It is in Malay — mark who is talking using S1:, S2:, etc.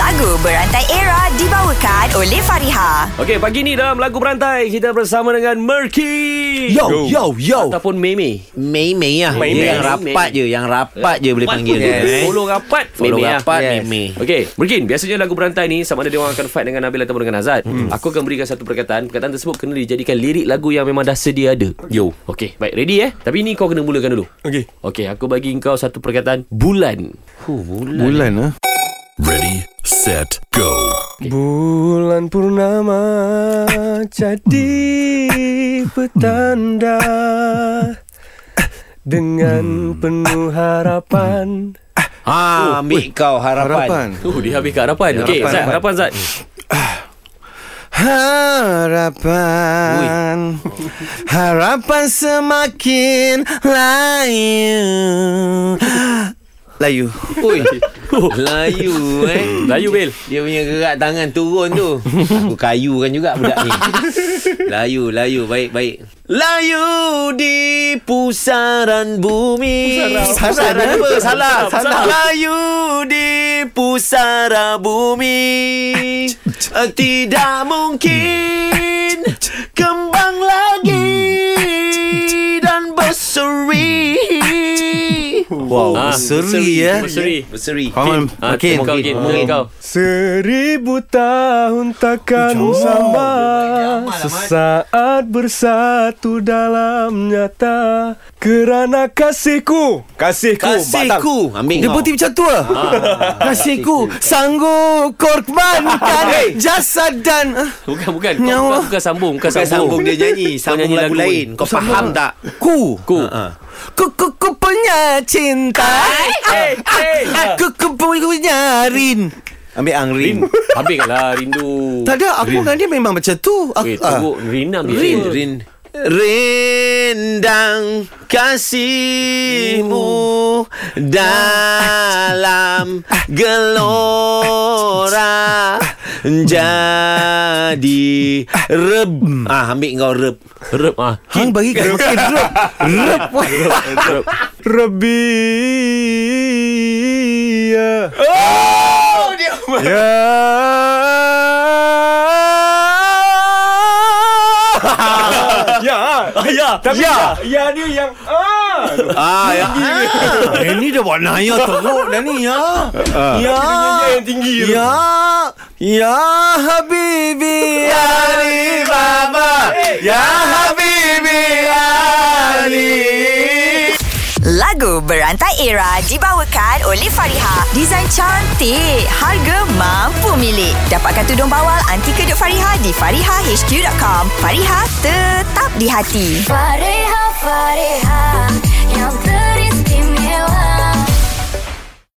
S1: Lagu Berantai Era dibawakan oleh Fariha.
S2: Okey, pagi ni dalam lagu berantai kita bersama dengan Merky.
S3: Yo, yo, yo.
S2: Ataupun Meme.
S3: Mei Mei lah.
S2: Mei, Mei.
S3: Dia yang rapat je, yang rapat je boleh panggil dia.
S2: yes.
S3: eh.
S2: Follow rapat
S3: Follow
S2: Meme
S3: rapat
S2: lah.
S3: yes. Mei Mei.
S2: Okey, Merkin, biasanya lagu berantai ni sama ada dia orang akan fight dengan Nabil ataupun dengan Azad. Aku akan berikan satu perkataan. Perkataan tersebut kena dijadikan lirik lagu yang memang dah sedia ada. Yo. Okey, baik ready eh. Tapi ni kau kena mulakan dulu.
S4: Okey.
S2: Okey, aku bagi kau satu perkataan bulan.
S5: Bulan ah.
S6: Ready, set, go.
S4: Bulan purnama jadi petanda dengan penuh harapan.
S3: Ha, ambil kau
S5: Harapan.
S3: harapan.
S2: Oh, dia habis kat harapan. Okey,
S3: harapan,
S2: Zat, harapan Zat.
S5: Harapan. Harapan semakin layu. Layu.
S3: Ui. Layu eh.
S2: Layu Bil.
S3: Dia punya gerak tangan turun tu. Aku kayu kan juga budak ni. Layu, layu. Baik, baik. Layu di pusaran bumi.
S5: Pusaran.
S3: Pusaran apa? Salah.
S2: Pusaran.
S3: Salah. Layu di pusara bumi. Eh, Tidak mungkin kembang lagi dan berseri. Wow,
S2: Ah,
S5: Seri ya.
S2: Berseri.
S3: Berseri.
S5: Faham?
S2: Ah,
S5: Okey.
S2: Kau, Kin. Mungkin kau.
S4: Seribu tahun takkan sama Sesaat bersatu dalam nyata Kerana kasihku Kasihku
S3: Kasihku Ah, Ambil
S5: Dia
S3: kau.
S5: putih macam tu lah Kasihku Sanggup korbankan Jasa dan ah,
S2: Bukan, bukan. Kau,
S5: Nyawa.
S2: bukan, bukan sambung. Bukan,
S3: Bukan sambung dia nyanyi Sambung
S2: nyanyi
S3: lagu
S2: lagu
S3: lain Kau faham tak? Ah,
S5: Ku
S2: Ku.
S5: Ku ku ku punya cinta
S2: Eh, eh.
S5: Ku ku punya rin
S3: Ambil Ang Rin
S2: Habislah lah rindu.
S5: Tak ada Aku dengan dia memang macam tu Aku,
S2: Weh, Eh,
S5: ah.
S2: tunggu Rina ambil.
S3: Rin Rin Rindang kasihmu dalam gelora jadi reb ah ambil kau reb
S2: Rep ah.
S5: Hang bagi kau makin drop Drop
S2: Rep.
S4: Rabia
S3: oh dia
S4: Ya Ya
S2: Ya.
S4: Tapi ya Ya dia yang ah.
S3: ah ya
S5: Eh ni dia buat naya teruk dah ni ya Ya
S4: Dia yang tinggi tu.
S5: Ya Ya Habibi Ali Baba Ya Habibi Ali
S1: Lagu Berantai Era dibawakan oleh Fariha. Desain cantik, harga mampu milik. Dapatkan tudung bawal anti kedut Fariha di farihahq.com. Fariha tetap di hati.
S7: Fareja, fareja,